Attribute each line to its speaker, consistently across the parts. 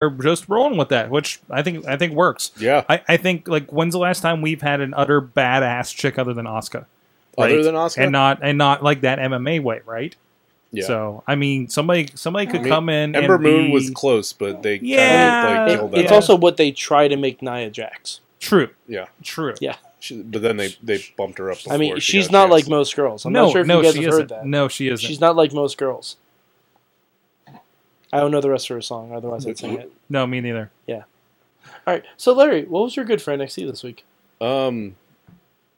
Speaker 1: are just rolling with that, which I think I think works.
Speaker 2: Yeah.
Speaker 1: I, I think like when's the last time we've had an utter badass chick other than Oscar?
Speaker 2: Other than Asuka?
Speaker 1: and um, not and not like that MMA way, right?
Speaker 2: Yeah.
Speaker 1: So I mean, somebody somebody could
Speaker 2: I mean,
Speaker 1: come in.
Speaker 2: Ember
Speaker 1: and
Speaker 2: Moon
Speaker 1: be-
Speaker 2: was close, but they
Speaker 1: Yeah,
Speaker 2: kind of like
Speaker 1: It-
Speaker 2: killed that.
Speaker 3: Uh, it's
Speaker 1: yeah.
Speaker 3: also what they try to make Nia Jax.
Speaker 1: true.
Speaker 2: Yeah.
Speaker 1: True.
Speaker 3: Yeah.
Speaker 2: She- but then they they bumped her up. Before
Speaker 3: I mean,
Speaker 2: she
Speaker 3: she's
Speaker 2: got a
Speaker 3: not like
Speaker 2: chance.
Speaker 3: most girls. I'm
Speaker 1: no,
Speaker 3: not sure if
Speaker 1: no,
Speaker 3: you guys
Speaker 1: she
Speaker 3: have
Speaker 1: isn't.
Speaker 3: heard that.
Speaker 1: No, she isn't.
Speaker 3: She's not like most girls. I don't know the rest of her song, otherwise I'd sing it.
Speaker 1: no, me neither.
Speaker 3: All right, so Larry, what was your good for NXT this week?
Speaker 2: Um,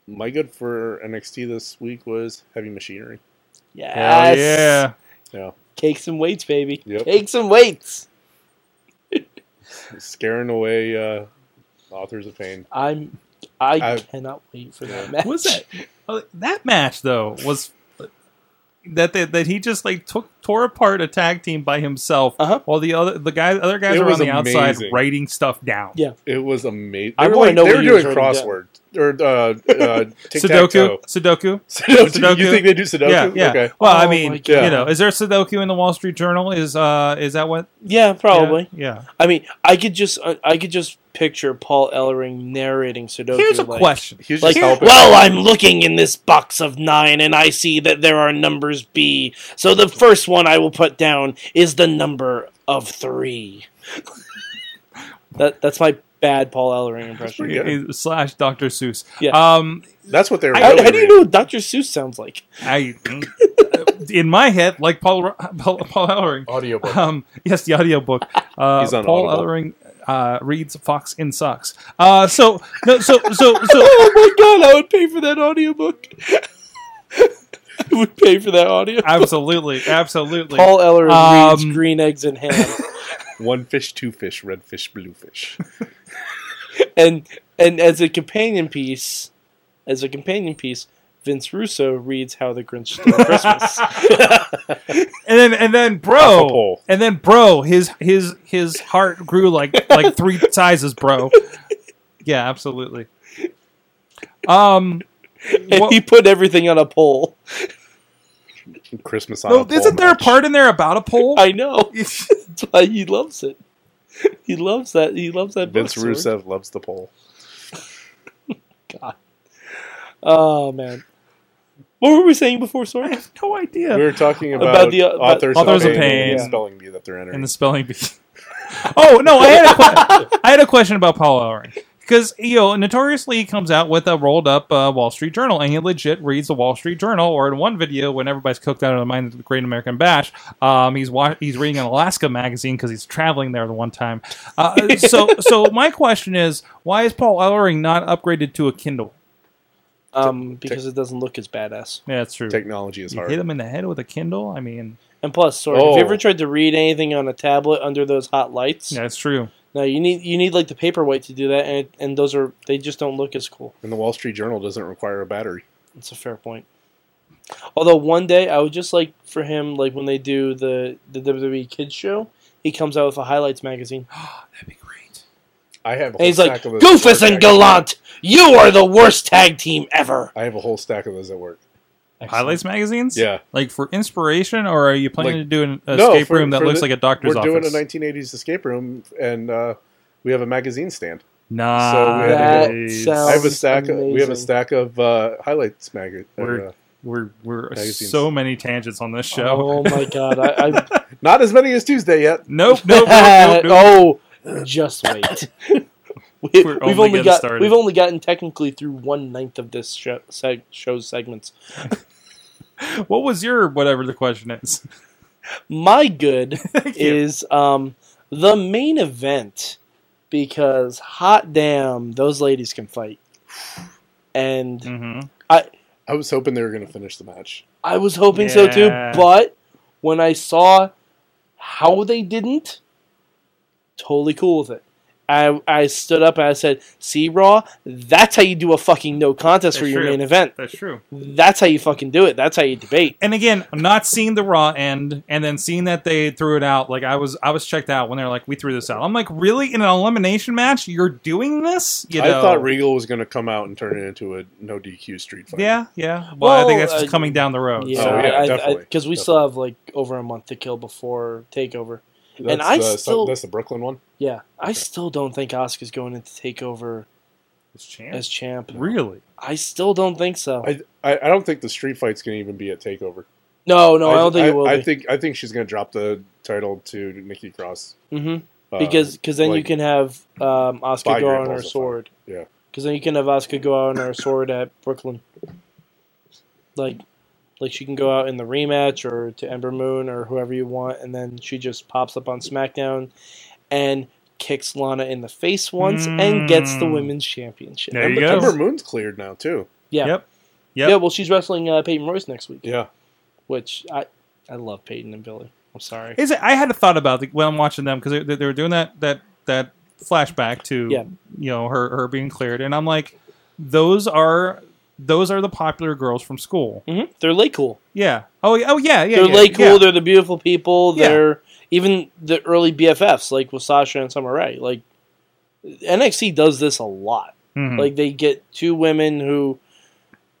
Speaker 2: my good for NXT this week was Heavy Machinery.
Speaker 1: Hell yeah.
Speaker 2: Yeah,
Speaker 3: Cakes and weights, baby.
Speaker 2: Yep.
Speaker 3: Cakes and weights.
Speaker 2: scaring away uh, authors of pain.
Speaker 3: I'm. I
Speaker 2: I-
Speaker 3: cannot wait for that match.
Speaker 1: Was that oh, that match though was that that, that he just like took tore apart a tag team by himself
Speaker 3: Uh huh.
Speaker 1: while the other the guy other guys
Speaker 2: It
Speaker 1: are on
Speaker 2: was
Speaker 1: the outside
Speaker 2: amazing.
Speaker 1: writing stuff down.
Speaker 3: Yeah.
Speaker 2: It was amazing.
Speaker 3: I
Speaker 2: They were,
Speaker 3: wanna
Speaker 2: like,
Speaker 3: know
Speaker 2: they
Speaker 3: what
Speaker 2: were
Speaker 3: you was
Speaker 2: doing
Speaker 3: writing down.
Speaker 2: crossword or uh, uh, tic tac toe.
Speaker 1: Sudoku, Sudoku.
Speaker 2: Sudoku. You
Speaker 1: Sudoku.
Speaker 2: think they do Sudoku?
Speaker 1: Yeah, yeah.
Speaker 2: Okay.
Speaker 1: Well, I
Speaker 3: Oh
Speaker 1: mean,
Speaker 3: my
Speaker 2: God.
Speaker 1: you know, is there Sudoku in the Wall Street Journal? Is uh, is that what?
Speaker 3: Yeah, probably.
Speaker 1: Yeah.
Speaker 3: I mean, I could just, I, I could just picture Paul Ellering narrating Sudoku.
Speaker 1: Here's a
Speaker 3: like,
Speaker 1: question.
Speaker 2: He was
Speaker 3: Like,
Speaker 2: just helping.
Speaker 3: well, I'm looking in this box of nine, and I see that there are numbers B. So the first one I will put down is the number of three. that that's my bad Paul Ellering impression.
Speaker 2: pretty good.
Speaker 1: Is- Slash Dr. Seuss.
Speaker 3: Yeah.
Speaker 1: Um,
Speaker 2: That's what they were.
Speaker 3: How,
Speaker 2: really
Speaker 3: how do you
Speaker 2: reading.
Speaker 3: know what Dr. Seuss sounds like?
Speaker 1: I, in my head, like Paul Paul, Paul Ellering.
Speaker 2: Audiobook.
Speaker 1: Um, yes, the audiobook. Uh,
Speaker 2: He's on
Speaker 1: Paul
Speaker 2: Audible.
Speaker 1: Ellering uh, reads Fox in Socks. Uh, so no, so so so.
Speaker 3: Oh my god, I would pay for that audiobook. I would pay for that audio.
Speaker 1: Absolutely, absolutely.
Speaker 3: Paul Ellering
Speaker 1: Um,
Speaker 3: reads Green Eggs and Ham.
Speaker 2: One fish, two fish, red fish, blue fish.
Speaker 3: and and as a companion piece, as a companion piece, Vince Russo reads How the Grinch Stole Christmas.
Speaker 1: and then and then
Speaker 2: Off a
Speaker 1: bro
Speaker 2: pole.
Speaker 1: and then bro his his his heart grew like like three sizes bro yeah absolutely um
Speaker 3: and
Speaker 1: what-
Speaker 3: he put everything on a pole.
Speaker 2: Christmas on
Speaker 1: no,
Speaker 2: a pole
Speaker 1: isn't there a
Speaker 2: match.
Speaker 1: part in there about a pole
Speaker 3: I know. That's why he loves it. He loves that. He loves that.
Speaker 2: Vince
Speaker 3: book, Sorg.
Speaker 2: Rusev loves the pole.
Speaker 3: Oh man. What were we saying before,
Speaker 1: i
Speaker 3: sorry?
Speaker 1: have no idea
Speaker 2: We were talking about,
Speaker 3: About the, uh, about-
Speaker 2: authors,
Speaker 1: Authors
Speaker 2: of
Speaker 1: of
Speaker 2: pain,
Speaker 1: Pain.
Speaker 2: and the spelling bee that they're entering.
Speaker 1: in the spelling bee oh no i had a que- i had a question about paul Ellering. because you know notoriously he comes out with a rolled up uh, wall street journal and he legit reads the wall street journal or in one video when everybody's cooked out of their mind at the great american bash um, he's wa- he's reading an alaska magazine because he's traveling there the one time uh, so so my question is why is paul ellering not upgraded to a kindle
Speaker 3: Um, because it doesn't look as badass.
Speaker 1: yeah that's true
Speaker 2: Technology is
Speaker 1: you hit
Speaker 2: hard.
Speaker 1: him in the head with a kindle i mean
Speaker 3: And plus, sorry,
Speaker 2: Oh.
Speaker 3: have you ever tried to read anything on a tablet under those hot lights?
Speaker 1: yeah that's true
Speaker 3: No, you need you need like the paperweight to do that, and and those are they just don't look as cool.
Speaker 2: And the Wall Street Journal doesn't require a battery.
Speaker 3: That's a fair point. Although one day I would just like for him, like when they do the the WWE kids show, he comes out with a highlights magazine,
Speaker 1: that'd be great
Speaker 2: I have. A
Speaker 3: and
Speaker 2: whole
Speaker 3: he's like,
Speaker 2: stack of those at work,
Speaker 3: "Goofus and
Speaker 2: actually.
Speaker 3: Gallant, you are the worst tag team ever."
Speaker 2: I have a whole stack of those at work.
Speaker 1: highlights magazines
Speaker 2: Yeah,
Speaker 1: Like for inspiration, or are you planning
Speaker 2: Like-
Speaker 1: to do an
Speaker 2: No,
Speaker 1: escape
Speaker 2: for-
Speaker 1: room that
Speaker 2: for
Speaker 1: looks
Speaker 2: the-
Speaker 1: like a doctor's
Speaker 2: we're doing a
Speaker 1: office?
Speaker 2: 1980s escape room, and uh, we have a magazine stand.
Speaker 1: nice.
Speaker 2: So we had
Speaker 3: to That sounds-
Speaker 2: I have a stack. Of, we have
Speaker 3: amazing.
Speaker 2: a stack of uh, highlights magazine.
Speaker 1: We're- we're we're
Speaker 2: Magazines.
Speaker 1: so many tangents on this show.
Speaker 3: Oh my god! I, I
Speaker 2: Not as many as Tuesday yet.
Speaker 1: Nope, nope, nope, nope, nope.
Speaker 3: oh, just wait. we,
Speaker 1: We're
Speaker 3: have
Speaker 1: only
Speaker 3: only,
Speaker 1: getting
Speaker 3: got
Speaker 1: started.
Speaker 3: we've only gotten technically through one ninth of this show, seg- show segments.
Speaker 1: What was your whatever the question is?
Speaker 3: My good
Speaker 1: you.
Speaker 3: is um, the main event because hot damn, those ladies can fight. And
Speaker 1: Mm-hmm.
Speaker 2: I was hoping they were going to finish the match.
Speaker 3: I was hoping so too,
Speaker 1: Yeah.
Speaker 3: but when I saw how they didn't, totally cool with it. I, I stood up and I said, "See Raw, that's how you do a fucking no contest for
Speaker 1: That's
Speaker 3: your
Speaker 1: true.
Speaker 3: main event.
Speaker 1: That's true.
Speaker 3: That's how you fucking do it. That's how you debate."
Speaker 1: And again, not seeing the raw end, and then seeing that they threw it out. Like I was, I was checked out when they're like, "We threw this out." I'm like, "Really? In an elimination match, you're doing this?" You know?
Speaker 2: I thought Regal was going to come out and turn it into a no DQ street fight.
Speaker 1: Yeah, yeah. Well, I think
Speaker 3: Well,
Speaker 1: that's just
Speaker 3: uh,
Speaker 1: coming down the road.
Speaker 3: Yeah,
Speaker 2: Oh, yeah, definitely.
Speaker 3: because we still have like over a month to kill before Takeover,
Speaker 2: That's,
Speaker 3: And I
Speaker 2: the, so-
Speaker 3: still-
Speaker 2: that's the Brooklyn one.
Speaker 3: Yeah, I still don't think Oscar's going in to take over
Speaker 1: It's champ.
Speaker 3: as champ.
Speaker 1: really?
Speaker 3: I still don't think so.
Speaker 2: I, I I don't think the street fight's gonna even be a takeover.
Speaker 3: no, no, I, don't think
Speaker 2: I,
Speaker 3: it will
Speaker 2: I
Speaker 3: be
Speaker 2: think I think she's gonna drop the title to Nikki Cross
Speaker 3: hmm
Speaker 2: uh,
Speaker 3: because cause then you
Speaker 2: like-
Speaker 3: can have um, Oscar
Speaker 2: Five
Speaker 3: go
Speaker 2: year
Speaker 3: out on her
Speaker 2: balls of
Speaker 3: sword.
Speaker 2: Yeah.
Speaker 3: because then you can have Oscar go out on her sword at Brooklyn. Like, like she can go out in the rematch or to Ember Moon or whoever you want, and then she just pops up on SmackDown and kicks Lana in the face once and gets the
Speaker 1: Mm.
Speaker 3: women's championship.
Speaker 1: There you
Speaker 2: Ember,
Speaker 1: go.
Speaker 2: Ember Moon's cleared now too.
Speaker 3: Yeah.
Speaker 1: Yep. Yep.
Speaker 3: Yeah, well, she's wrestling uh, Peyton Royce next week,
Speaker 2: Yeah,
Speaker 3: which I I love Peyton and Billy. I'm sorry.
Speaker 1: Is it? I had a thought about it when I'm watching them because they, they were doing that that that flashback to
Speaker 3: Yeah.
Speaker 1: you know her her being cleared, and I'm like, those are those are the popular girls from school.
Speaker 3: hmm They're lay cool.
Speaker 1: Yeah. Oh yeah. Oh yeah. Yeah.
Speaker 3: they're
Speaker 1: yeah,
Speaker 3: lay cool.
Speaker 1: yeah.
Speaker 3: They're the beautiful people.
Speaker 1: Yeah.
Speaker 3: They're even the early BFFs like with Sasha and Summer Rae. Like NXT does this a lot.
Speaker 1: Mhm.
Speaker 3: Like they get two women who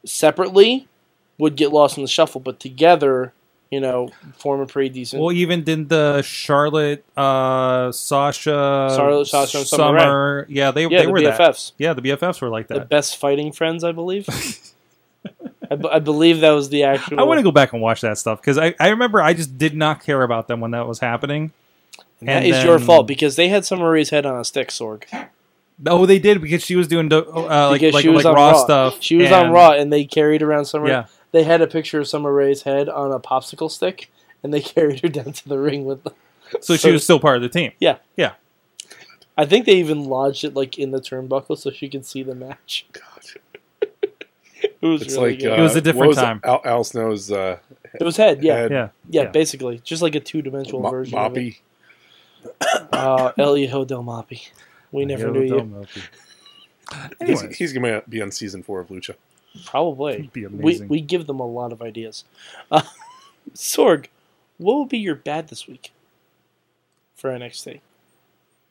Speaker 3: separately would get lost in the shuffle, but together, you know, form a pretty decent.
Speaker 1: Well, even did the Charlotte, uh, Sasha,
Speaker 3: Charlotte, Sasha, and Summer
Speaker 1: Yeah, they
Speaker 3: yeah,
Speaker 1: they
Speaker 3: the
Speaker 1: were
Speaker 3: BFFs.
Speaker 1: that. Yeah, the BFFs were like
Speaker 3: The
Speaker 1: that.
Speaker 3: best fighting friends, I believe. I, b- I believe that was the actual.
Speaker 1: I want to go back and watch that stuff because I, I remember I just did not care about them when that was happening.
Speaker 3: And that
Speaker 1: and
Speaker 3: is your
Speaker 1: then-
Speaker 3: fault because they had Summer Rae's head on a stick, Sorg.
Speaker 1: Oh, they did because she was doing do- uh, like
Speaker 3: because
Speaker 1: like,
Speaker 3: she was
Speaker 1: like
Speaker 3: on
Speaker 1: raw,
Speaker 3: Raw.
Speaker 1: stuff.
Speaker 3: She was on
Speaker 1: and-
Speaker 3: Raw, and they carried around Summer.
Speaker 1: Yeah,
Speaker 3: They had a picture of Summer Rae's head on a popsicle stick, and they carried her down to the ring with them.
Speaker 1: so
Speaker 3: So-
Speaker 1: she was still part of the team.
Speaker 3: I think they even lodged it like in the turnbuckle so she could see the match. It was
Speaker 2: it's
Speaker 3: really
Speaker 2: like
Speaker 3: good.
Speaker 2: uh,
Speaker 1: It was a
Speaker 2: what
Speaker 1: different
Speaker 2: it?
Speaker 1: time.
Speaker 2: Al, Al Snow's uh,
Speaker 3: it was head, yeah,
Speaker 2: head,
Speaker 1: Yeah.
Speaker 3: yeah,
Speaker 1: yeah.
Speaker 3: basically just like a two-dimensional
Speaker 2: Mo-
Speaker 3: version. Of it.
Speaker 2: Moppy.
Speaker 3: Uh, Elio Del Moppy. We never knew you.
Speaker 2: He's,
Speaker 1: Anyways,
Speaker 2: he's gonna be on season four of Lucha.
Speaker 3: Probably.
Speaker 1: it'd be
Speaker 3: We
Speaker 1: amazing.
Speaker 3: we give them a lot of ideas. Uh, Sorg, what would be your bad this week for NXT?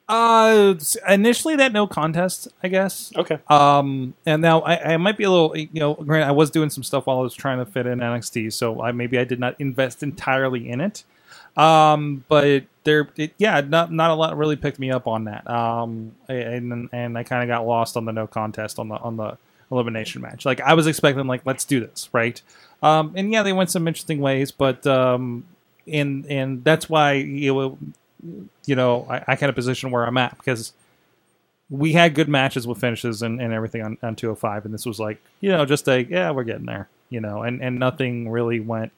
Speaker 1: uh, s- initially that no contest, I guess.
Speaker 3: Okay.
Speaker 1: Um, and now I, I might be a little, you know, granted, I was doing some stuff while I was trying to fit in NXT, so I maybe I did not invest entirely in it. Um, but there, it, yeah, not not a lot really picked me up on that. Um, and and I kind of got lost on the no contest on the on the elimination match. Like I was expecting, like let's do this, right? Um, and yeah, they went some interesting ways, but um, and and that's why you know, you know I, I kind of position where I'm at because we had good matches with finishes and, and everything on, on 205 and this was like you know just like yeah we're getting there you know and and nothing really went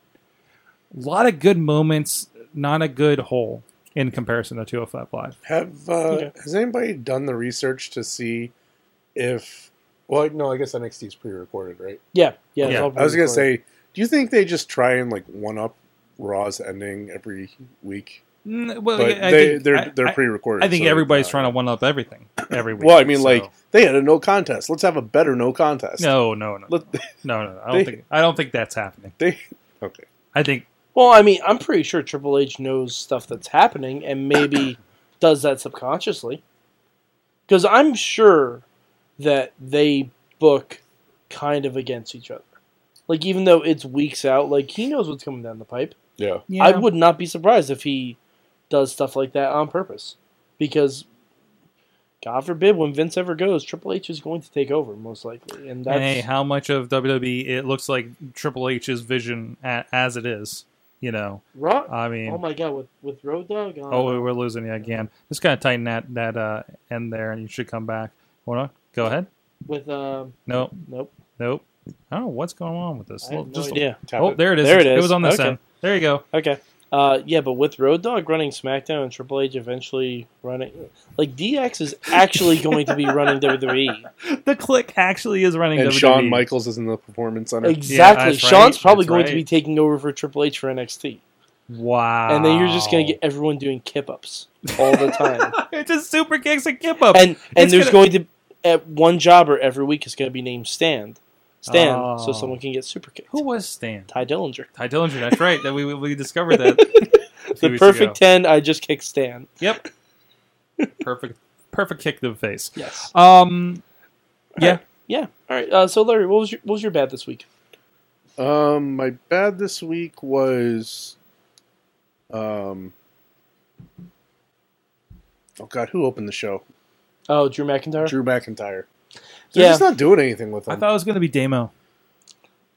Speaker 1: a lot of good moments not a good whole in comparison to 205 live
Speaker 2: Have uh,
Speaker 3: Okay.
Speaker 2: has anybody done the research to see if? Well, no, I guess NXT is pre-recorded, right?
Speaker 3: Yeah, yeah. it's
Speaker 1: Yeah.
Speaker 3: all
Speaker 2: I was gonna
Speaker 3: pre-recorded.
Speaker 2: say, do you think they just try and like one up Raw's ending every week?
Speaker 1: Mm, well
Speaker 2: But
Speaker 1: yeah, I
Speaker 2: they
Speaker 1: think-
Speaker 2: they're
Speaker 1: I-
Speaker 2: they're
Speaker 1: I-
Speaker 2: pre-recorded.
Speaker 1: I think everybody's trying to one up everything every week
Speaker 2: Well, I mean,
Speaker 1: so-
Speaker 2: like they had a no contest. Let's have a better no contest.
Speaker 1: no no no
Speaker 2: Let,
Speaker 1: no no, no. i don't
Speaker 2: they-
Speaker 1: think i don't think that's happening
Speaker 2: they okay.
Speaker 1: i think
Speaker 3: Well, I mean, I'm pretty sure Triple H knows stuff that's happening and maybe does that subconsciously. Because I'm sure that they book kind of against each other. Like, even though it's weeks out, like, he knows what's coming down the pipe.
Speaker 2: Yeah.
Speaker 1: yeah,
Speaker 3: I would not be surprised if he does stuff like that on purpose. Because, God forbid, when Vince ever goes, Triple H is going to take over, most likely. And that's.
Speaker 1: And hey, how much of WWE it looks like Triple H's vision a, as it is, you know?
Speaker 3: Raw-
Speaker 1: I mean,
Speaker 3: oh,
Speaker 1: oh,
Speaker 3: my God, with, with Road Dog on.
Speaker 1: we- Oh, we're losing you again. Just kind of tighten that that uh, end there, and you should come back. Hold on, go ahead.
Speaker 3: With, um,
Speaker 1: Nope,
Speaker 3: nope.
Speaker 1: nope. I don't know what's going on with this.
Speaker 3: I
Speaker 1: Well,
Speaker 3: have no
Speaker 1: just-
Speaker 3: idea.
Speaker 2: Tap
Speaker 1: oh,
Speaker 2: it.
Speaker 1: there it is.
Speaker 3: There it
Speaker 1: It
Speaker 3: is.
Speaker 1: was on this
Speaker 3: Okay.
Speaker 1: end. There you go.
Speaker 3: Okay. Uh, yeah, but with Road Dog running SmackDown and Triple H eventually running, like DX is actually going to be running E. WWE.
Speaker 1: The click actually is running.
Speaker 2: And
Speaker 1: WWE.
Speaker 3: E.
Speaker 2: Shawn Michaels is in the performance center.
Speaker 3: Exactly.
Speaker 1: that's right.
Speaker 3: Sean's probably
Speaker 1: That's
Speaker 3: going to
Speaker 1: right.
Speaker 3: be taking over for Triple H for NXT,
Speaker 1: Wow.
Speaker 3: and then you're just going to get everyone doing kip ups all the time.
Speaker 1: it's just super kicks and kip up.
Speaker 3: and
Speaker 1: It's
Speaker 3: and there's
Speaker 1: gonna-
Speaker 3: going to at one jobber every week is going to be named Stand, Stand, so
Speaker 1: Oh.
Speaker 3: someone can get super kicked.
Speaker 1: Who was Stan?
Speaker 3: Ty Dillinger,
Speaker 1: Ty Dillinger. That's right. That we we discovered that. a few
Speaker 3: the
Speaker 1: weeks
Speaker 3: perfect
Speaker 1: ago.
Speaker 3: ten. I just kicked Stan.
Speaker 1: Yep. perfect. Perfect kick to the face.
Speaker 3: Yes.
Speaker 1: Um. Yeah.
Speaker 3: Yeah. All right. Uh, so Larry, what was your what was your bad this week?
Speaker 2: Um, my bad this week was, um, Oh God, who opened the show?
Speaker 3: Oh, Drew McIntyre.
Speaker 2: Drew McIntyre. They're
Speaker 3: yeah.
Speaker 2: just not doing anything with
Speaker 1: I
Speaker 2: him.
Speaker 1: thought it was going to be Demo.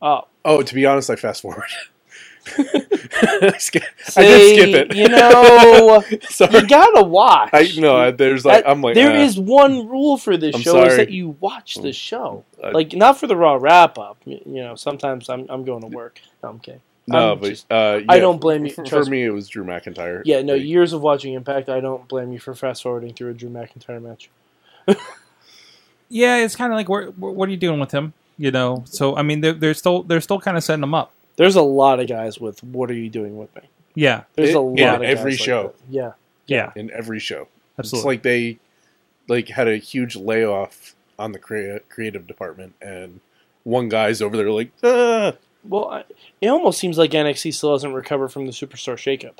Speaker 3: oh,
Speaker 2: oh, to be honest, I fast forward. I skip- I
Speaker 3: see,
Speaker 2: did skip it.
Speaker 3: You know, you
Speaker 2: Sorry.
Speaker 3: gotta watch.
Speaker 2: I no. I, there's like
Speaker 3: That-
Speaker 2: I'm like
Speaker 3: There
Speaker 2: ah,
Speaker 3: is one rule for this
Speaker 2: I'm
Speaker 3: show is
Speaker 2: sorry. Mm.
Speaker 3: that you watch the show.
Speaker 2: I-
Speaker 3: like not for the raw wrap up. You know, sometimes I'm I'm going to work. No, I'm kidding.
Speaker 2: no,
Speaker 3: I'm
Speaker 2: but
Speaker 3: just-
Speaker 2: uh,
Speaker 3: I
Speaker 2: yeah,
Speaker 3: don't blame you.
Speaker 2: For, for
Speaker 3: Trust me.
Speaker 2: me, it was Drew McIntyre.
Speaker 3: Yeah, no.
Speaker 2: Like,
Speaker 3: Years of watching Impact, I don't blame you for fast forwarding through a Drew McIntyre match.
Speaker 1: Yeah, it's kind of like, where, where- what are you doing with him? You know, so I mean, they're, they're still they're still kind of setting him up.
Speaker 3: There's a lot of guys with "What are you doing with me?"
Speaker 1: Yeah,
Speaker 3: There's
Speaker 2: It-
Speaker 3: a lot
Speaker 2: yeah,
Speaker 3: of
Speaker 2: every
Speaker 3: guys like
Speaker 2: show.
Speaker 3: that. yeah,
Speaker 1: yeah,
Speaker 2: in every show. It's
Speaker 1: absolutely.
Speaker 2: like they like had a huge layoff on the crea- creative department, and one guy's over there like, ah.
Speaker 3: well, I, it almost seems like NXT still hasn't recovered from the Superstar shakeup.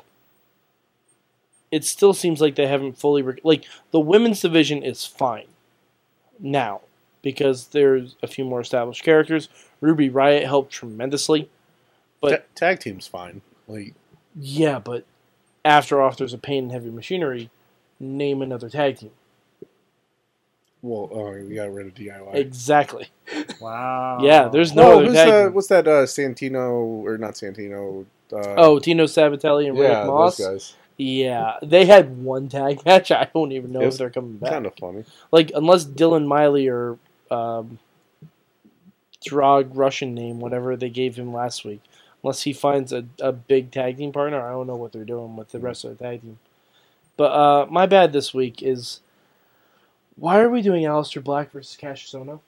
Speaker 3: It still seems like they haven't fully re- like the women's division is fine now because there's a few more established characters. Ruby Riot helped tremendously. But-
Speaker 2: "Ta- tag team's fine. Like,
Speaker 3: Yeah, but after Authors of Pain and Heavy Machinery, name another tag team.
Speaker 2: well, oh, we got rid of DIY.
Speaker 3: Exactly.
Speaker 1: wow.
Speaker 3: Yeah, there's no
Speaker 2: No,
Speaker 3: other
Speaker 2: Um, who's
Speaker 3: tag
Speaker 2: that?
Speaker 3: team.
Speaker 2: What's that? Uh, Santino or not Santino? Uh,
Speaker 3: Oh, Tino Sabatelli and
Speaker 2: yeah,
Speaker 3: Rick Moss.
Speaker 2: those guys.
Speaker 3: Yeah, they had one tag match. I don't even know
Speaker 2: It
Speaker 3: if
Speaker 2: was
Speaker 3: they're coming back.
Speaker 2: Kind of funny.
Speaker 3: Like, unless Dylan Miley or um, Drog Russian name, whatever they gave him last week, unless he finds a, a big tag team partner, I don't know what they're doing with
Speaker 2: Hmm.
Speaker 3: the rest of the tag team. But uh, my bad this week is why are we doing Aleister Black versus Cassius Ohno?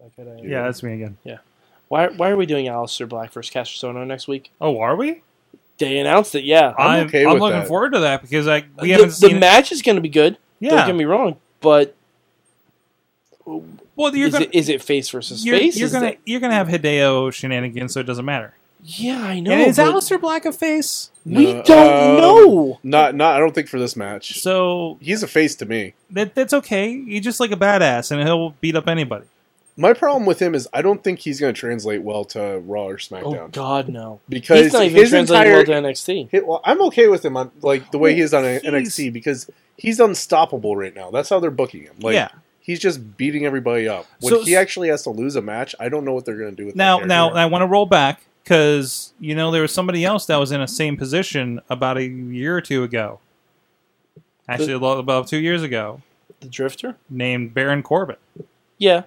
Speaker 3: Like, had I-
Speaker 1: Yeah, that's me again.
Speaker 3: Why, why are we doing Aleister Black versus Cassius Ohno next week?
Speaker 1: Oh, are we?
Speaker 3: They announced it, yeah.
Speaker 2: I'm
Speaker 1: I'm,
Speaker 2: okay
Speaker 1: I'm
Speaker 2: with
Speaker 1: looking
Speaker 2: that.
Speaker 1: forward to that because I we
Speaker 3: the
Speaker 1: haven't
Speaker 3: the
Speaker 1: seen. it.
Speaker 3: match is going to be good. Don't
Speaker 1: yeah,
Speaker 3: get me wrong, but
Speaker 1: well, you're
Speaker 3: is,
Speaker 1: gonna
Speaker 3: it, is it face versus
Speaker 1: you're,
Speaker 3: face?
Speaker 1: you're
Speaker 3: Is
Speaker 1: gonna
Speaker 3: that-
Speaker 1: you're gonna have Hideo shenanigans, so it doesn't matter.
Speaker 3: yeah, I know.
Speaker 1: and is
Speaker 3: but
Speaker 1: Alistair Black a face?
Speaker 3: we
Speaker 2: No,
Speaker 3: don't
Speaker 2: um,
Speaker 3: know.
Speaker 2: Not, not. I don't think for this match.
Speaker 1: So
Speaker 2: He's a face to me.
Speaker 1: that that's okay. He's just like a badass, and he'll beat up anybody.
Speaker 2: My problem with him is I don't think he's going to translate well to Raw or
Speaker 3: Oh
Speaker 2: SmackDown
Speaker 3: God, no.
Speaker 2: because
Speaker 3: He's not even
Speaker 2: his
Speaker 3: translating
Speaker 2: entire.
Speaker 3: well to NXT.
Speaker 2: hi- well, I'm okay with him on like the way he is on
Speaker 1: He's-
Speaker 2: NXT because he's unstoppable right now. That's how they're booking him. Like
Speaker 1: yeah.
Speaker 2: he's just beating everybody up. When
Speaker 1: So-
Speaker 2: he actually has to lose a match, I don't know what they're going to do with that
Speaker 1: Now,
Speaker 2: character.
Speaker 1: now I want to roll back because you know there was somebody else that was in a same position about a year or two ago. Actually, a lot- about two years ago,
Speaker 3: The Drifter.
Speaker 1: named Baron Corbin,
Speaker 3: Yeah,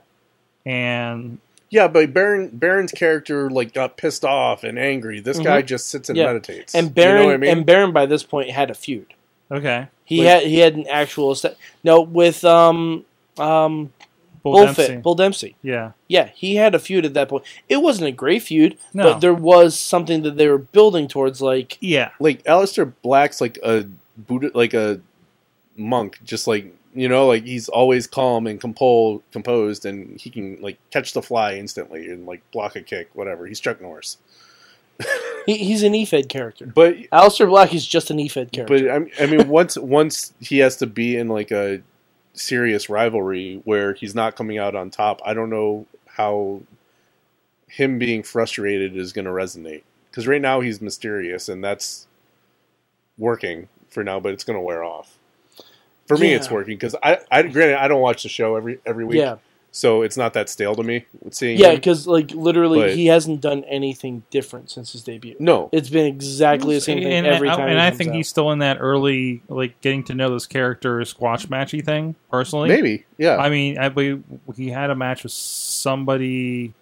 Speaker 1: and
Speaker 2: Yeah, but Baron Baron's character like got pissed off and angry. This
Speaker 3: Mhm.
Speaker 1: Mm-hmm.
Speaker 2: guy just sits and
Speaker 3: Yeah.
Speaker 2: meditates.
Speaker 3: and Baron
Speaker 2: you know what I mean?
Speaker 3: and Baron by this point had a feud.
Speaker 1: okay,
Speaker 3: He
Speaker 2: Like-
Speaker 3: had he had an actual st- no with um um
Speaker 1: Bull
Speaker 3: Bull,
Speaker 1: Dempsey.
Speaker 3: Dempsey. Bull Dempsey.
Speaker 1: yeah,
Speaker 3: Yeah, he had a feud at that point. It wasn't a great feud,
Speaker 1: No.
Speaker 3: but there was something that they were building towards. Like
Speaker 1: yeah,
Speaker 2: like Aleister Black's like a Buddha, like a monk, just like you know, like he's always calm and compol- composed, and he can like catch the fly instantly and like block a kick, whatever. He's Chuck Norris,
Speaker 3: he, he's an E E-Fed character.
Speaker 2: but
Speaker 3: Alistair Black is just an E E-Fed character.
Speaker 2: but I mean- I mean, once once he has to be in like a serious rivalry where he's not coming out on top, I don't know how him being frustrated is going to resonate because right now he's mysterious and that's working for now, but it's going to wear off. For me, it's
Speaker 3: Yeah.
Speaker 2: working because I, I granted I don't watch the show every every week,
Speaker 3: yeah,
Speaker 2: so it's not that stale to me. Seeing
Speaker 3: Yeah,
Speaker 2: him.
Speaker 3: because like literally,
Speaker 2: But-
Speaker 3: he hasn't done anything different since his debut.
Speaker 2: no,
Speaker 3: It's been exactly the same thing
Speaker 1: and,
Speaker 3: every
Speaker 1: and
Speaker 3: time.
Speaker 1: I, and
Speaker 3: he
Speaker 1: I
Speaker 3: comes
Speaker 1: think
Speaker 3: out.
Speaker 1: he's still in that early like getting to know this character squash matchy thing. Personally,
Speaker 2: maybe yeah.
Speaker 1: I mean, I believe he had a match with somebody.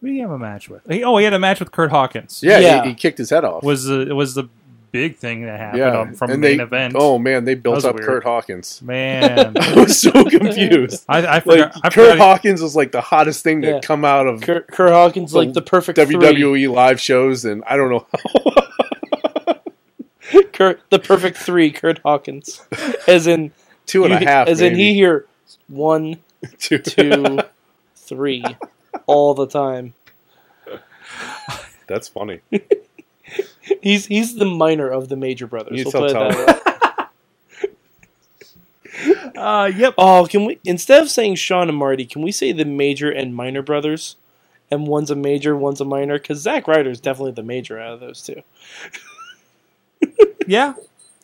Speaker 1: Who did he have a match with? He, oh, he had a match with Kurt Hawkins.
Speaker 2: yeah,
Speaker 3: Yeah.
Speaker 2: He, he kicked his head off.
Speaker 1: was the was the big thing that happened um, from the
Speaker 2: and
Speaker 1: main
Speaker 2: they-
Speaker 1: event.
Speaker 2: Oh man, they built
Speaker 1: was
Speaker 2: up
Speaker 1: weird.
Speaker 2: Kurt Hawkins.
Speaker 1: man,
Speaker 2: I was so confused.
Speaker 1: I, I
Speaker 2: Like
Speaker 1: forgot. I
Speaker 2: Kurt
Speaker 1: forgot
Speaker 2: Hawkins was like the hottest thing to
Speaker 3: Yeah.
Speaker 2: come out of
Speaker 3: Kurt, Kurt Hawkins like
Speaker 2: the
Speaker 3: the perfect WWE.
Speaker 2: WWE live shows, and I don't know. E
Speaker 3: Three. Kurt, the perfect three. Kurt Hawkins, as in
Speaker 2: two and a
Speaker 3: you-
Speaker 2: half,
Speaker 3: as in he
Speaker 2: maybe.
Speaker 3: here one,
Speaker 2: Two-
Speaker 3: two, three, all the time.
Speaker 2: That's funny.
Speaker 3: He's he's the minor of the major brothers.
Speaker 2: You
Speaker 3: We'll
Speaker 2: tell
Speaker 3: put it that
Speaker 2: Tyler.
Speaker 3: way.
Speaker 1: Uh, yep.
Speaker 3: Oh, can we instead of saying Sean and Marty, can we say the major and minor brothers? And one's a major, one's a minor, because Zack Ryder's definitely the major out of those two.
Speaker 1: Yeah.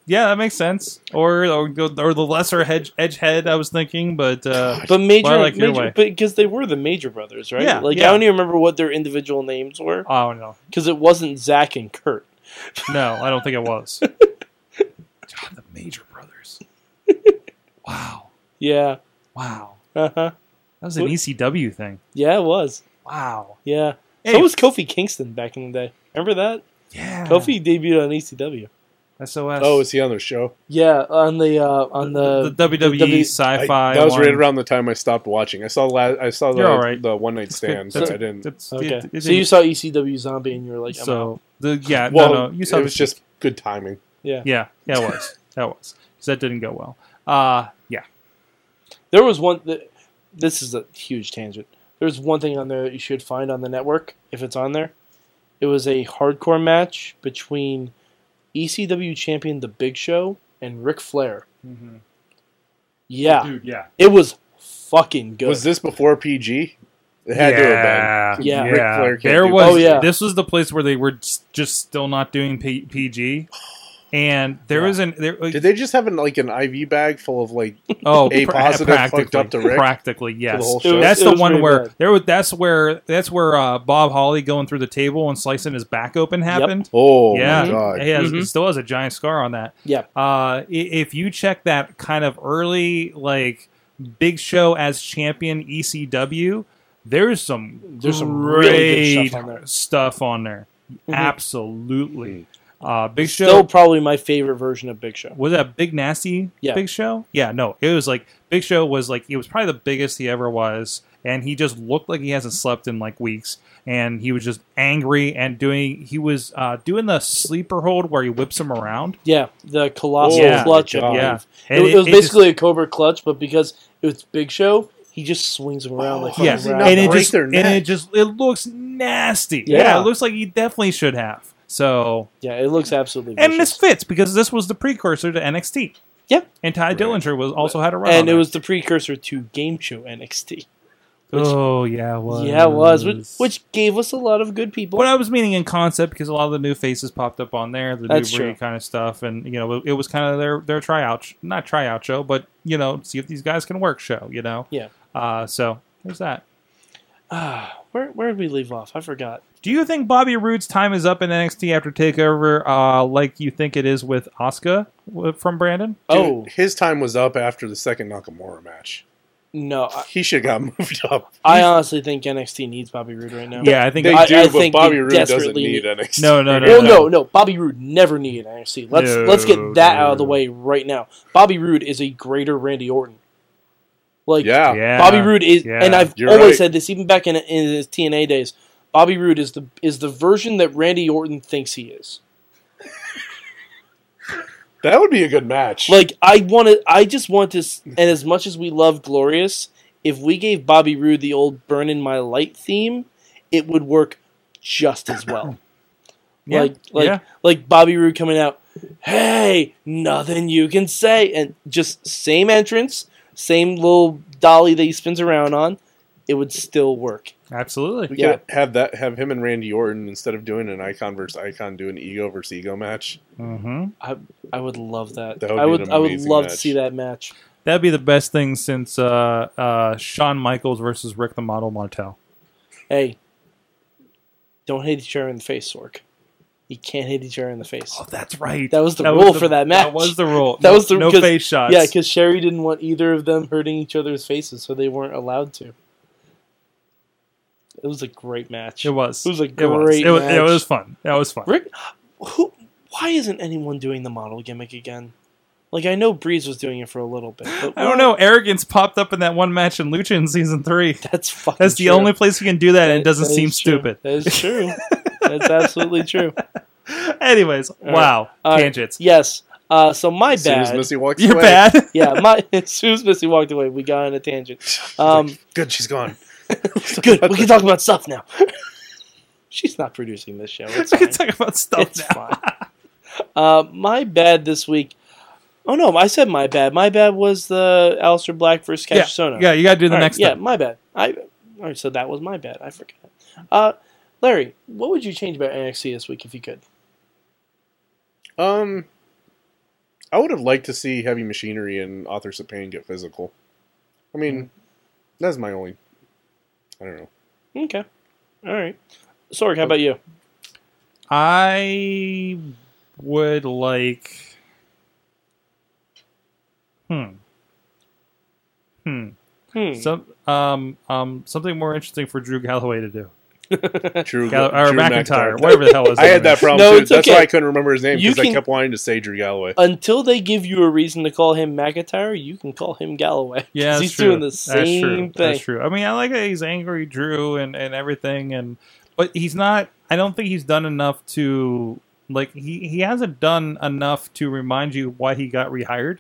Speaker 1: yeah, that makes sense. Or or, or the lesser hedge, edge head I was thinking, but uh,
Speaker 3: But major,
Speaker 1: Well, I like your
Speaker 3: major
Speaker 1: way.
Speaker 3: but because they were the major brothers, right?
Speaker 1: Yeah,
Speaker 3: like
Speaker 1: yeah.
Speaker 3: I don't even remember what their individual names were
Speaker 1: oh no,
Speaker 3: because it wasn't Zach and Kurt.
Speaker 1: no, I don't think it was. God, the Major Brothers. Wow,
Speaker 3: Yeah,
Speaker 1: wow,
Speaker 3: uh huh.
Speaker 1: that was an ECW thing.
Speaker 3: Yeah, it was.
Speaker 1: Wow.
Speaker 3: Yeah,
Speaker 1: Hey,
Speaker 3: so was Kofi Kingston back in the day. Remember that?
Speaker 1: yeah.
Speaker 3: Kofi debuted on ECW.
Speaker 1: SOS.
Speaker 2: Oh, is he on the show?
Speaker 3: Yeah, on the uh, on the,
Speaker 1: the, WWE
Speaker 3: W- E
Speaker 2: I-
Speaker 1: sci-fi.
Speaker 2: that was right
Speaker 1: one.
Speaker 2: around the time I stopped watching. I saw the la- I saw the,
Speaker 1: You're all right.
Speaker 2: the one night stand, but
Speaker 1: That's-
Speaker 2: I didn't.
Speaker 1: that's-
Speaker 3: okay.
Speaker 1: it- it-
Speaker 3: so you saw ECW Zombie and you were like, I'm out.
Speaker 1: so the yeah
Speaker 2: Well,
Speaker 1: no no you saw
Speaker 2: it
Speaker 1: the-
Speaker 2: was just good timing.
Speaker 3: yeah.
Speaker 1: yeah yeah it was that was because that didn't go well. Uh yeah
Speaker 3: There was one. Th- this is a huge tangent. There's one thing on there that you should find on the network if it's on there. It was a hardcore match between ECW champion The Big Show and Ric Flair.
Speaker 2: Mm-hmm.
Speaker 3: Yeah,
Speaker 1: dude yeah
Speaker 3: it was fucking good.
Speaker 2: Was this before PG? It had to have been.
Speaker 3: Yeah.
Speaker 2: Ric Flair can't
Speaker 1: there
Speaker 2: do
Speaker 1: was
Speaker 3: Oh, yeah.
Speaker 1: this was the place where they were s- just still not doing P- PG. And there
Speaker 2: Yeah.
Speaker 1: was an there,
Speaker 2: that. Did they just have an, like an IV bag full of like?
Speaker 1: oh
Speaker 2: A
Speaker 1: pra-
Speaker 2: positive
Speaker 1: practically
Speaker 2: fucked up to Rick
Speaker 1: practically yes
Speaker 2: whole
Speaker 3: It was-
Speaker 1: that's
Speaker 3: it
Speaker 1: the
Speaker 3: was
Speaker 1: one
Speaker 3: pretty
Speaker 1: where
Speaker 3: bad.
Speaker 1: there was that's where that's where uh, Bob Holly going through the table and slicing his back open happened
Speaker 2: Oh
Speaker 1: yeah,
Speaker 2: my god!
Speaker 1: He has,
Speaker 3: Mhm.
Speaker 1: it still has a giant scar on that.
Speaker 3: Yeah.
Speaker 1: Uh, i- if you check that kind of early, like Big Show as champion E ECW, there's some
Speaker 3: There's some
Speaker 1: great
Speaker 3: really good stuff on there.
Speaker 1: stuff on there.
Speaker 3: Mhm.
Speaker 2: Mm.
Speaker 1: Absolutely. Uh, Big Show
Speaker 3: Still probably my favorite version of Big Show.
Speaker 1: was that Big Nasty
Speaker 3: Yeah.
Speaker 1: Big Show? Yeah, no, it was like Big Show was like it was probably the biggest he ever was, and he just looked like he hasn't slept in like weeks, and he was just angry and doing he was uh, doing the sleeper hold where he whips him around.
Speaker 3: Yeah, the colossal
Speaker 1: Oh, yeah.
Speaker 3: clutch. I
Speaker 2: God.
Speaker 3: believe.
Speaker 1: Yeah,
Speaker 3: It,
Speaker 1: And
Speaker 3: it was
Speaker 1: it just-
Speaker 3: basically a Cobra clutch, but because it was Big Show, he just swings him around like
Speaker 2: Oh,
Speaker 1: yeah,
Speaker 2: does he
Speaker 3: fucking
Speaker 2: not
Speaker 1: and it
Speaker 2: break
Speaker 1: just
Speaker 2: their
Speaker 1: and
Speaker 2: neck?
Speaker 1: it just it looks nasty. Yeah.
Speaker 3: Yeah.
Speaker 1: it looks like he definitely should have. So
Speaker 3: Yeah, it looks absolutely.
Speaker 1: and
Speaker 3: vicious.
Speaker 1: this fits because this was the precursor to NXT.
Speaker 3: Yep.
Speaker 1: and Ty
Speaker 2: Right.
Speaker 1: Dillinger was also had a run, on
Speaker 3: and it
Speaker 1: there.
Speaker 3: was the precursor to game show NXT. Which,
Speaker 1: oh yeah, it was
Speaker 3: yeah, it was which, which gave us a lot of good people.
Speaker 1: But I was meaning in concept because a lot of the new faces popped up on there, the
Speaker 3: That's
Speaker 1: new
Speaker 3: true.
Speaker 1: breed kind of stuff, and you know it, it was kind of their their tryout, sh- not tryout show, but you know see if these guys can work show, you know.
Speaker 3: Yeah.
Speaker 1: Uh, so there's that.
Speaker 3: Ah, where where did we leave off? I forgot.
Speaker 1: Do you think Bobby Roode's time is up in NXT after Takeover, uh, like you think it is with Asuka w- from Brandon?
Speaker 2: Dude,
Speaker 3: oh
Speaker 2: his time was up after the second Nakamura match.
Speaker 3: no, I,
Speaker 2: He should have got moved up.
Speaker 3: I honestly think NXT needs Bobby Roode right now.
Speaker 1: Yeah, I think.
Speaker 2: They
Speaker 3: I-
Speaker 2: do,
Speaker 3: I
Speaker 2: but
Speaker 3: think
Speaker 2: Bobby
Speaker 3: they
Speaker 2: Roode doesn't
Speaker 3: desperately
Speaker 2: need
Speaker 3: need-
Speaker 2: NXT.
Speaker 1: no, no, no,
Speaker 3: Well,
Speaker 1: no.
Speaker 3: Oh, no, no. Bobby Roode never needed NXT. Let's
Speaker 1: No,
Speaker 3: let's get that out of the way right now. Bobby Roode is a greater Randy Orton. Like
Speaker 2: Yeah.
Speaker 1: Yeah.
Speaker 3: uh, Bobby Roode is,
Speaker 1: Yeah.
Speaker 3: and I've
Speaker 2: You're
Speaker 3: always
Speaker 2: right.
Speaker 3: said this, even back in, in his TNA days. Bobby Roode is the is the version that Randy Orton thinks he is.
Speaker 2: that would be a good match.
Speaker 3: Like I want to, I just want this. And as much as we love Glorious, if we gave Bobby Roode the old "Burn in My Light" theme, it would work just as well.
Speaker 1: Yeah.
Speaker 3: Like, like,
Speaker 1: Yeah.
Speaker 3: like Bobby Roode coming out, "Hey, nothing you can say," and just same entrance, same little dolly that he spins around on. It would still work.
Speaker 1: Absolutely.
Speaker 2: we
Speaker 3: yeah.
Speaker 2: could have that have him and Randy Orton instead of doing an icon versus icon, do an ego versus ego match.
Speaker 1: Mm-hmm.
Speaker 3: I would love that.
Speaker 2: That would
Speaker 3: I
Speaker 2: be
Speaker 3: would.
Speaker 2: an
Speaker 3: I would
Speaker 2: amazing
Speaker 3: love to
Speaker 2: match.
Speaker 3: see that match.
Speaker 1: That'd be the best thing since uh, uh, Shawn Michaels versus Rick the Model Martel.
Speaker 3: Hey, don't hit each other in the face, Sork. You can't hit each other in the face.
Speaker 1: Oh, that's right.
Speaker 3: That was the rule for that match.
Speaker 1: That was the rule.
Speaker 3: That
Speaker 1: No-
Speaker 3: was the-
Speaker 1: no
Speaker 3: 'cause-
Speaker 1: face shots.
Speaker 3: Yeah, because Sherry didn't want either of them hurting each other's faces, so they weren't allowed to. It was a great match.
Speaker 1: it was.
Speaker 3: It was a
Speaker 1: It was.
Speaker 3: great
Speaker 1: It was,
Speaker 3: match.
Speaker 1: it was fun. That was fun.
Speaker 3: Rick, who? Why isn't anyone doing the model gimmick again? Like I know Breeze was doing it for a little bit, but
Speaker 1: I don't know. Arrogance popped up in that one match in Lucha in season three.
Speaker 3: That's fucking.
Speaker 1: That's the
Speaker 3: true.
Speaker 1: only place you can do that, and it
Speaker 3: That-
Speaker 1: doesn't
Speaker 3: that
Speaker 1: seem
Speaker 3: is true.
Speaker 1: stupid.
Speaker 3: That is true. That's absolutely true.
Speaker 1: Anyways,
Speaker 3: right.
Speaker 1: wow,
Speaker 3: All right.
Speaker 1: tangents.
Speaker 3: Yes. Uh, so my
Speaker 2: As soon as
Speaker 3: bad.
Speaker 2: Missy walks
Speaker 1: You're
Speaker 2: away.
Speaker 1: bad.
Speaker 3: yeah, my as soon as Missy walked away, we got on a tangent. Um,
Speaker 2: Good, she's gone.
Speaker 3: good, we can talk about stuff now. She's not producing this show. It's
Speaker 1: we can
Speaker 3: fine.
Speaker 1: talk about stuff
Speaker 3: It's
Speaker 1: now.
Speaker 3: fine. Uh, my bad this week. Oh no, I said my bad. My bad was the Alistair Black versus Cash Sono.
Speaker 1: Yeah, you got to do the
Speaker 3: All right,
Speaker 1: next.
Speaker 3: yeah,
Speaker 1: step.
Speaker 3: my bad. I all right, so that was my bad. I forgot. Uh, Larry, what would you change about NXT this week if you could?
Speaker 2: Um, I would have liked to see Heavy Machinery and Authors of Pain get physical. I mean, that's my only. I don't know.
Speaker 3: Okay. All right. Sorg, how about you?
Speaker 1: I would like. Hmm. Hmm.
Speaker 3: Hmm.
Speaker 1: Some um um something more interesting for Drew Galloway to do.
Speaker 2: Drew,
Speaker 1: Gall- or
Speaker 2: Drew
Speaker 1: McIntyre, whatever the hell is.
Speaker 2: I had that problem.
Speaker 3: Eh. No,
Speaker 2: too.
Speaker 3: it's
Speaker 2: That's
Speaker 3: okay.
Speaker 2: why I couldn't remember his name
Speaker 3: You
Speaker 2: because I
Speaker 3: can-
Speaker 2: kept wanting to say Drew Galloway.
Speaker 3: Until they give you a reason to call him McIntyre, you can call him Galloway.
Speaker 1: Yeah,
Speaker 3: 'Cause
Speaker 1: that's
Speaker 3: he's
Speaker 1: true.
Speaker 3: doing the
Speaker 1: that's true.
Speaker 3: same
Speaker 1: That's
Speaker 3: thing.
Speaker 1: true. I mean, I like that he's angry Drew and and everything, and but he's not. I don't think he's done enough to like he he hasn't done enough to remind you why he got rehired.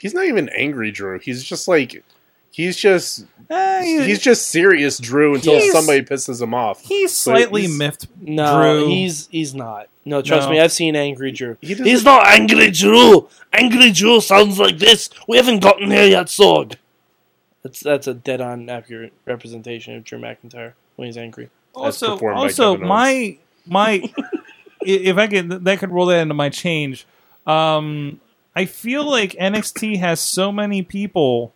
Speaker 2: He's not even angry, Drew. He's just like, he's just,
Speaker 1: Eh, he-
Speaker 2: he's just serious, Drew, until
Speaker 1: He's-
Speaker 2: somebody pisses him off.
Speaker 1: he's slightly
Speaker 2: he's-
Speaker 1: miffed.
Speaker 3: No,
Speaker 1: Drew.
Speaker 3: he's he's not. No, trust
Speaker 1: No.
Speaker 3: me, I've seen Angry Drew.
Speaker 2: He doesn't-
Speaker 3: He's not Angry Drew. Angry Drew sounds like this. We haven't gotten here yet, Sorg. That's that's a dead on accurate representation of Drew McIntyre when he's angry.
Speaker 1: Also,
Speaker 2: performed by
Speaker 1: also
Speaker 2: Kevin Owens.
Speaker 1: my my i- if I could that could roll that into my change. Um, I feel like NXT has so many people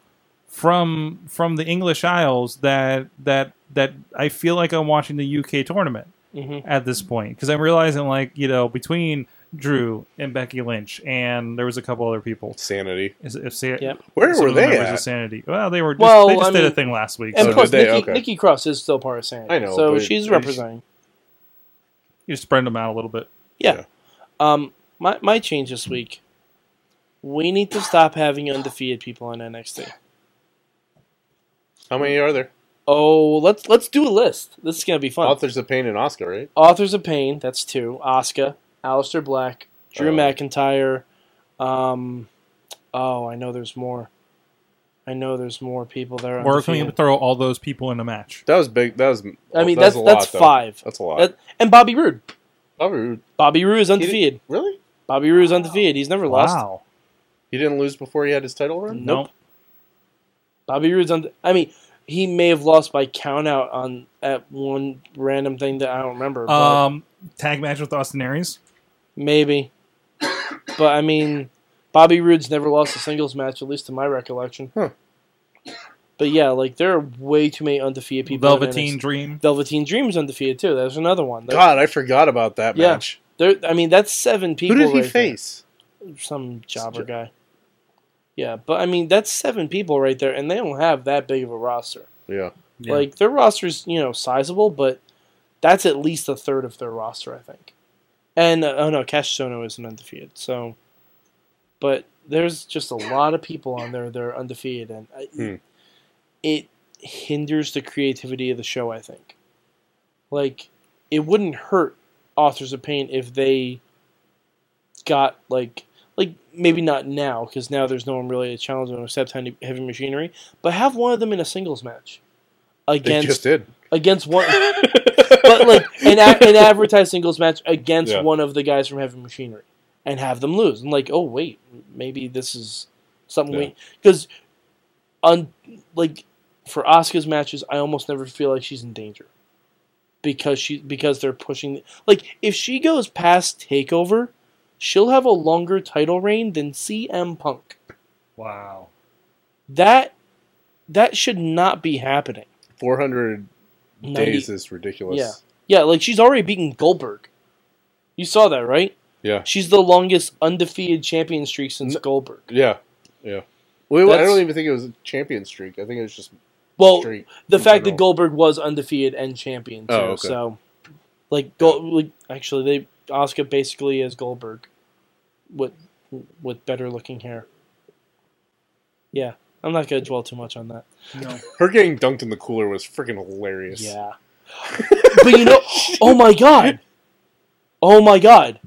Speaker 1: from from the English Isles that that that I feel like I'm watching the UK tournament.
Speaker 3: hmm
Speaker 1: at this point because I'm realizing like you know between Drew and Becky Lynch and there was a couple other people.
Speaker 2: Sanity.
Speaker 1: Is it, if say,
Speaker 3: Yeah.
Speaker 2: Where
Speaker 1: some
Speaker 2: were
Speaker 1: of the
Speaker 2: they
Speaker 1: members
Speaker 2: at?
Speaker 1: of Sanity. Well, they were. Just,
Speaker 3: Well,
Speaker 1: they just
Speaker 3: I
Speaker 1: did a
Speaker 3: mean-
Speaker 1: thing last week.
Speaker 3: And
Speaker 1: so
Speaker 2: Oh,
Speaker 3: plus,
Speaker 2: did they?
Speaker 3: Nikki,
Speaker 2: Okay.
Speaker 3: Nikki Cross is still part of Sanity.
Speaker 2: I know,
Speaker 3: so
Speaker 2: but
Speaker 3: she's
Speaker 2: they-
Speaker 3: representing.
Speaker 1: you just spread them out a little bit.
Speaker 3: Yeah. Um, my my change this week. We need to stop having undefeated people on NXT.
Speaker 2: How many are there?
Speaker 3: Oh, let's let's do a list. This is gonna be fun.
Speaker 2: Authors of Pain and Oscar, right?
Speaker 3: Authors of Pain, that's two. Asuka, Alistair Black, Drew
Speaker 2: Oh.
Speaker 3: McIntyre. Um, oh, I know there's more. I know there's more people there.
Speaker 1: Or can we
Speaker 3: undefeated.
Speaker 1: throw all those people in a match?
Speaker 2: That was big. That was.
Speaker 3: I mean,
Speaker 2: that was a
Speaker 3: that's that's
Speaker 2: lot, though.
Speaker 3: five.
Speaker 2: That's a lot.
Speaker 3: That- and Bobby Roode.
Speaker 2: Oh,
Speaker 3: Bobby Roode is
Speaker 2: didn't-
Speaker 3: undefeated.
Speaker 2: really?
Speaker 3: Bobby Roode is undefeated. He's never lost.
Speaker 1: Wow.
Speaker 2: He didn't lose before he had his title run.
Speaker 3: Nope. Bobby Roode's on. I mean, he may have lost by count out on at one random thing that I don't remember.
Speaker 1: Nope.
Speaker 3: But
Speaker 1: Um, tag match with Austin Aries.
Speaker 3: maybe, but I mean, Bobby Roode's never lost a singles match, at least to my recollection.
Speaker 2: Huh.
Speaker 3: But yeah, like there are way too many undefeated people. in
Speaker 1: Velveteen
Speaker 3: NXT.
Speaker 1: Dream.
Speaker 3: Velveteen Dream's undefeated too. That was another one. There,
Speaker 2: God, I forgot about that
Speaker 3: Yeah.
Speaker 2: match.
Speaker 3: there, I mean, that's seven people.
Speaker 2: Who did he
Speaker 3: right there.
Speaker 2: face?
Speaker 3: Some jobber guy. Yeah, but I mean, that's seven people right there, and they don't have that big of a roster.
Speaker 2: Yeah.
Speaker 1: Yeah.
Speaker 3: Like their roster's, you know, sizable, but that's at least a third of their roster, I think. And uh, oh no, Cash Sono isn't undefeated. So, but there's just a lot of people on there that are undefeated, and I,
Speaker 2: Hmm.
Speaker 3: it hinders the creativity of the show. I think, like, it wouldn't hurt Authors of Pain if they got like. Like maybe not now because now there's no one really to challenge them except Heavy Heavy Machinery. But have one of them in a singles match
Speaker 2: They
Speaker 3: against
Speaker 2: just did.
Speaker 3: against one, but like an, a- an advertised singles match against
Speaker 2: Yeah.
Speaker 3: one of the guys from Heavy Machinery, and have them lose. And like, oh wait, maybe this is something we because, un, like, for Asuka's matches, I almost never feel like she's in danger because she because they're pushing. Like, if she goes past Takeover, she'll have a longer title reign than CM Punk.
Speaker 1: wow.
Speaker 3: That that should not be happening.
Speaker 2: Four hundred
Speaker 3: Ninety-
Speaker 2: days is ridiculous.
Speaker 3: Yeah. Yeah, like she's already beaten Goldberg. You saw that, right?
Speaker 2: Yeah.
Speaker 3: She's the longest undefeated champion streak since
Speaker 2: N-
Speaker 3: Goldberg.
Speaker 2: Yeah. Yeah. Well, I
Speaker 3: That's-
Speaker 2: don't even think it was a champion streak. I think it was just
Speaker 3: Well,
Speaker 2: streak.
Speaker 3: the
Speaker 2: in
Speaker 3: fact that
Speaker 2: general.
Speaker 3: Goldberg was undefeated and champion too.
Speaker 2: Oh, okay.
Speaker 3: So, like, Gold, like actually, they Oscar basically is Goldberg, with with better looking hair. Yeah, I'm not gonna dwell too much on that.
Speaker 1: No.
Speaker 2: Her getting dunked in the cooler was freaking hilarious.
Speaker 3: Yeah. but you know, oh my god, oh my god,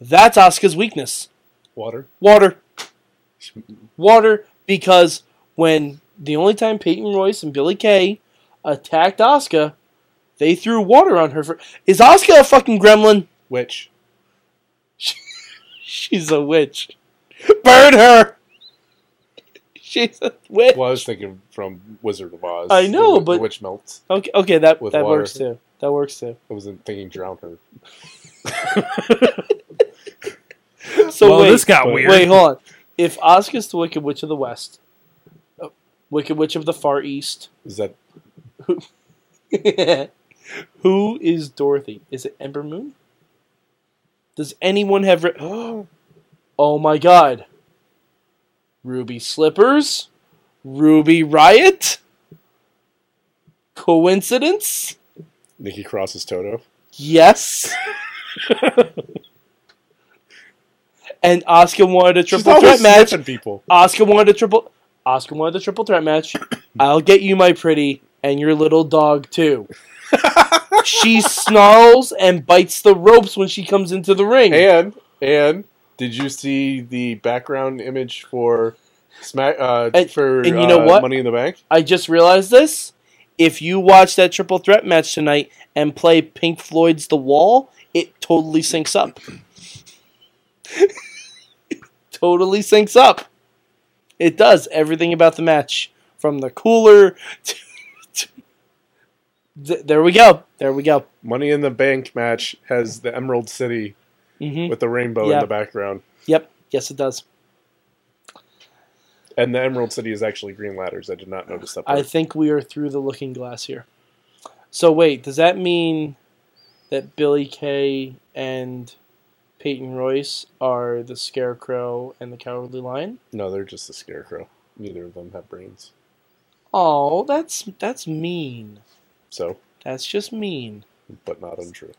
Speaker 3: that's Oscar's weakness.
Speaker 2: Water.
Speaker 3: Water. Water because when the only time Peyton Royce and Billy Kay attacked Asuka, they threw water on her. For, is Asuka a fucking gremlin?
Speaker 2: Which
Speaker 3: She's a witch. Burn her! She's a witch.
Speaker 2: well, I was thinking from Wizard of Oz.
Speaker 3: I know,
Speaker 2: the, wi-
Speaker 3: but-
Speaker 2: the witch melts.
Speaker 3: Okay, okay, that
Speaker 2: With
Speaker 3: that
Speaker 2: water.
Speaker 3: works too. That works too.
Speaker 2: I wasn't thinking drown her.
Speaker 3: So
Speaker 1: well,
Speaker 3: wait,
Speaker 1: this got
Speaker 2: but-
Speaker 1: weird.
Speaker 3: wait, hold on. If Asuka's the Wicked Witch of the West, uh, Wicked Witch of the Far East,
Speaker 2: Is that
Speaker 3: who is Dorothy? Is it Ember Moon? Does anyone have? Re-
Speaker 2: oh
Speaker 3: oh my God! Ruby Slippers, Ruby Riot. Coincidence?
Speaker 2: Nikki Cross is Toto?
Speaker 3: Yes. and Oscar wanted a
Speaker 2: She's
Speaker 3: triple
Speaker 2: always
Speaker 3: threat match.
Speaker 2: sniffing people.
Speaker 3: Oscar wanted a triple. Oscar wanted a triple threat match. I'll get you, my pretty, and your little dog too. she snarls and bites the ropes when she comes into the ring.
Speaker 2: And and did you see the background image for Smack uh,
Speaker 3: And-
Speaker 2: for
Speaker 3: and you know
Speaker 2: uh,
Speaker 3: what?
Speaker 2: Money in the Bank?
Speaker 3: I just realized this. If you watch that triple threat match tonight and play Pink Floyd's The Wall, it totally syncs up. totally syncs up. It does everything about the match, from the cooler to. to- Th- there we go. There we go.
Speaker 2: Money in the Bank match has the Emerald City
Speaker 3: hmm
Speaker 2: with the rainbow in
Speaker 3: Yeah.
Speaker 2: the background,
Speaker 3: Yep. Yes, it does.
Speaker 2: and the Emerald City is actually green ladders. I did not notice that. Part.
Speaker 3: I think we are through the looking glass here. So wait, does that mean that Billy Kay and Peyton Royce are the Scarecrow and the Cowardly Lion?
Speaker 2: no, they're just the Scarecrow. Neither of them have brains.
Speaker 3: Oh, that's that's mean.
Speaker 2: So,
Speaker 3: That's just mean.
Speaker 2: but not untrue.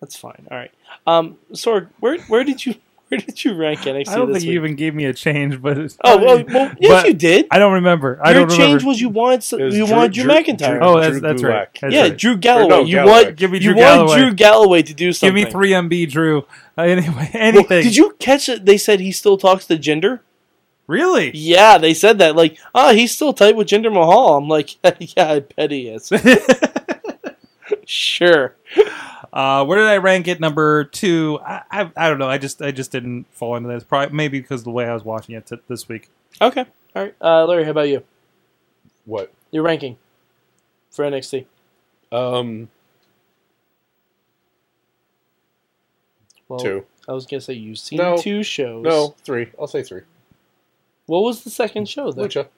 Speaker 3: That's fine. All right. Um, Sorg, where where did you where did you rank NXT
Speaker 1: I don't
Speaker 3: this
Speaker 1: think
Speaker 3: week?
Speaker 1: you even gave me a change, but it's
Speaker 3: oh well,
Speaker 1: fine.
Speaker 3: well yes,
Speaker 1: But
Speaker 3: you did.
Speaker 1: I don't remember. I
Speaker 3: Your
Speaker 1: don't
Speaker 3: change
Speaker 1: remember.
Speaker 3: was you wanted so,
Speaker 2: It was
Speaker 3: you
Speaker 2: Drew-
Speaker 3: wanted Drew,
Speaker 2: Drew-
Speaker 3: McIntyre.
Speaker 2: Drew-
Speaker 1: oh, that's,
Speaker 2: Drew
Speaker 1: that's right.
Speaker 2: Gulak.
Speaker 1: That's
Speaker 3: yeah,
Speaker 1: right.
Speaker 3: Drew Galloway.
Speaker 2: no,
Speaker 3: you
Speaker 2: Galloway.
Speaker 3: want
Speaker 1: Give me
Speaker 3: you
Speaker 1: Drew
Speaker 3: want
Speaker 1: Galloway.
Speaker 3: Drew Galloway to do
Speaker 1: Give
Speaker 3: something.
Speaker 1: me three MB Drew. Uh, anyway,
Speaker 3: Well,
Speaker 1: anything.
Speaker 3: did you catch that they said he still talks to Gender?
Speaker 1: really?
Speaker 3: Yeah, they said that. Like, oh, he's still tight with Jinder Mahal. I'm like, yeah, I bet he is. sure.
Speaker 1: Uh, where did I rank it? Number two. I, I I don't know. I just I just didn't fall into this. Probably maybe because of the way I was watching it t- this week.
Speaker 3: Okay. All right. Uh, Larry, how about you?
Speaker 2: What?
Speaker 3: Your ranking for NXT.
Speaker 2: Um,
Speaker 3: Well,
Speaker 2: two.
Speaker 3: I was going to say you've seen
Speaker 2: No.
Speaker 3: two shows.
Speaker 2: No, three. I'll say three.
Speaker 3: What was the second show, though?
Speaker 2: Lucha.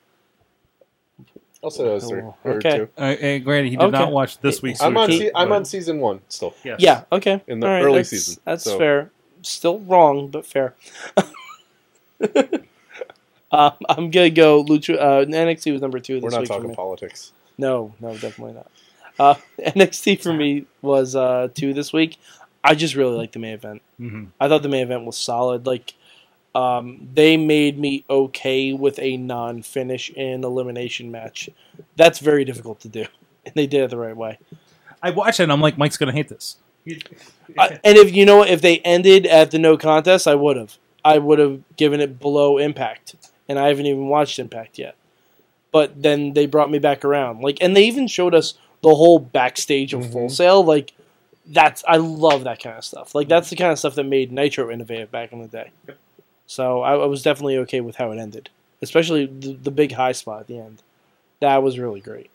Speaker 2: I'll say that was three. Or
Speaker 3: Okay.
Speaker 2: two.
Speaker 1: Uh, and granted, he did
Speaker 3: Okay.
Speaker 1: not watch this week's.
Speaker 2: I'm on.
Speaker 1: Lucha,
Speaker 2: Se- I'm
Speaker 1: but-
Speaker 2: on season one still.
Speaker 1: Yes.
Speaker 3: Yeah, okay.
Speaker 2: In the
Speaker 3: All right,
Speaker 2: early
Speaker 3: that's,
Speaker 2: season,
Speaker 3: That's
Speaker 2: so-
Speaker 3: fair. Still wrong, but fair. um, I'm going to go Lucha. Uh, NXT was number two this
Speaker 2: We're not
Speaker 3: week. for me.
Speaker 2: talking politics.
Speaker 3: No, no, definitely not. Uh, NXT for me was uh, two this week. I just really liked the main event.
Speaker 1: Mhm.
Speaker 3: I thought the main event was solid. Like, um, they made me okay with a non finish in elimination match. That's very difficult to do, and they did it the right way.
Speaker 1: I watched it. and I'm like, Mike's gonna hate this.
Speaker 3: I- and if you know, what, if they ended at the no contest, I would have. I would have given it below Impact, and I haven't even watched Impact yet. But then they brought me back around, like, and they even showed us the whole backstage of Full
Speaker 2: Mhm.
Speaker 3: Sail. Like, that's I love that kind of stuff. Like, that's the kind of stuff that made Nitro innovative back in the day. So I, I was definitely okay with how it ended, especially the, the big high spot at the end. That was really great.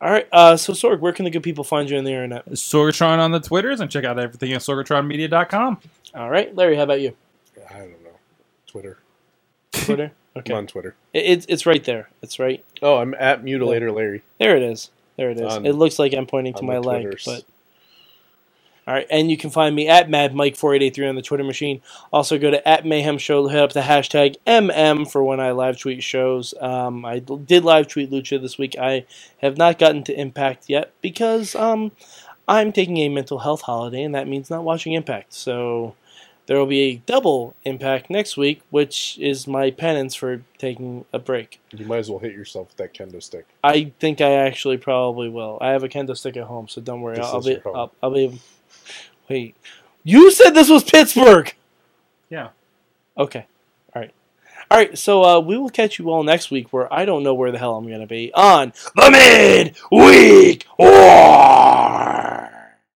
Speaker 3: All right, uh, so Sorg, where can the good people find you on the internet?
Speaker 1: Sorgatron on the Twitters and check out everything at sorgatronmedia.com.
Speaker 3: All right, Larry, how about you?
Speaker 2: I don't know. Twitter.
Speaker 3: Twitter. Okay.
Speaker 2: I'm on Twitter.
Speaker 3: It, it's it's right there. It's right
Speaker 2: Oh, I'm at Mutilator Larry.
Speaker 3: there. It is. There it is.
Speaker 2: On-
Speaker 3: it looks like I'm pointing to
Speaker 2: on
Speaker 3: my
Speaker 2: the
Speaker 3: leg,
Speaker 2: Twitters.
Speaker 3: but all right. And you can find me at MadMike4883 on the Twitter machine. Also, go to at Mayhem Show. Hit up the hashtag MM for when I live tweet shows. Um, I l- did live tweet Lucha this week. I have not gotten to Impact yet because um, I'm taking a mental health holiday, and that means not watching Impact. So. There will be a double impact next week, which is my penance for taking a break.
Speaker 2: You might as well hit yourself with that kendo stick.
Speaker 3: I think I actually probably will. I have a kendo stick at home, so don't worry.
Speaker 2: This
Speaker 3: I'll
Speaker 2: is
Speaker 3: be.
Speaker 2: your home.
Speaker 3: I'll, I'll be. Wait, you said this was Pittsburgh.
Speaker 1: Yeah.
Speaker 3: Okay. All right. All right. So uh, we will catch you all next week, where I don't know where the hell I'm going to be on the mid week war.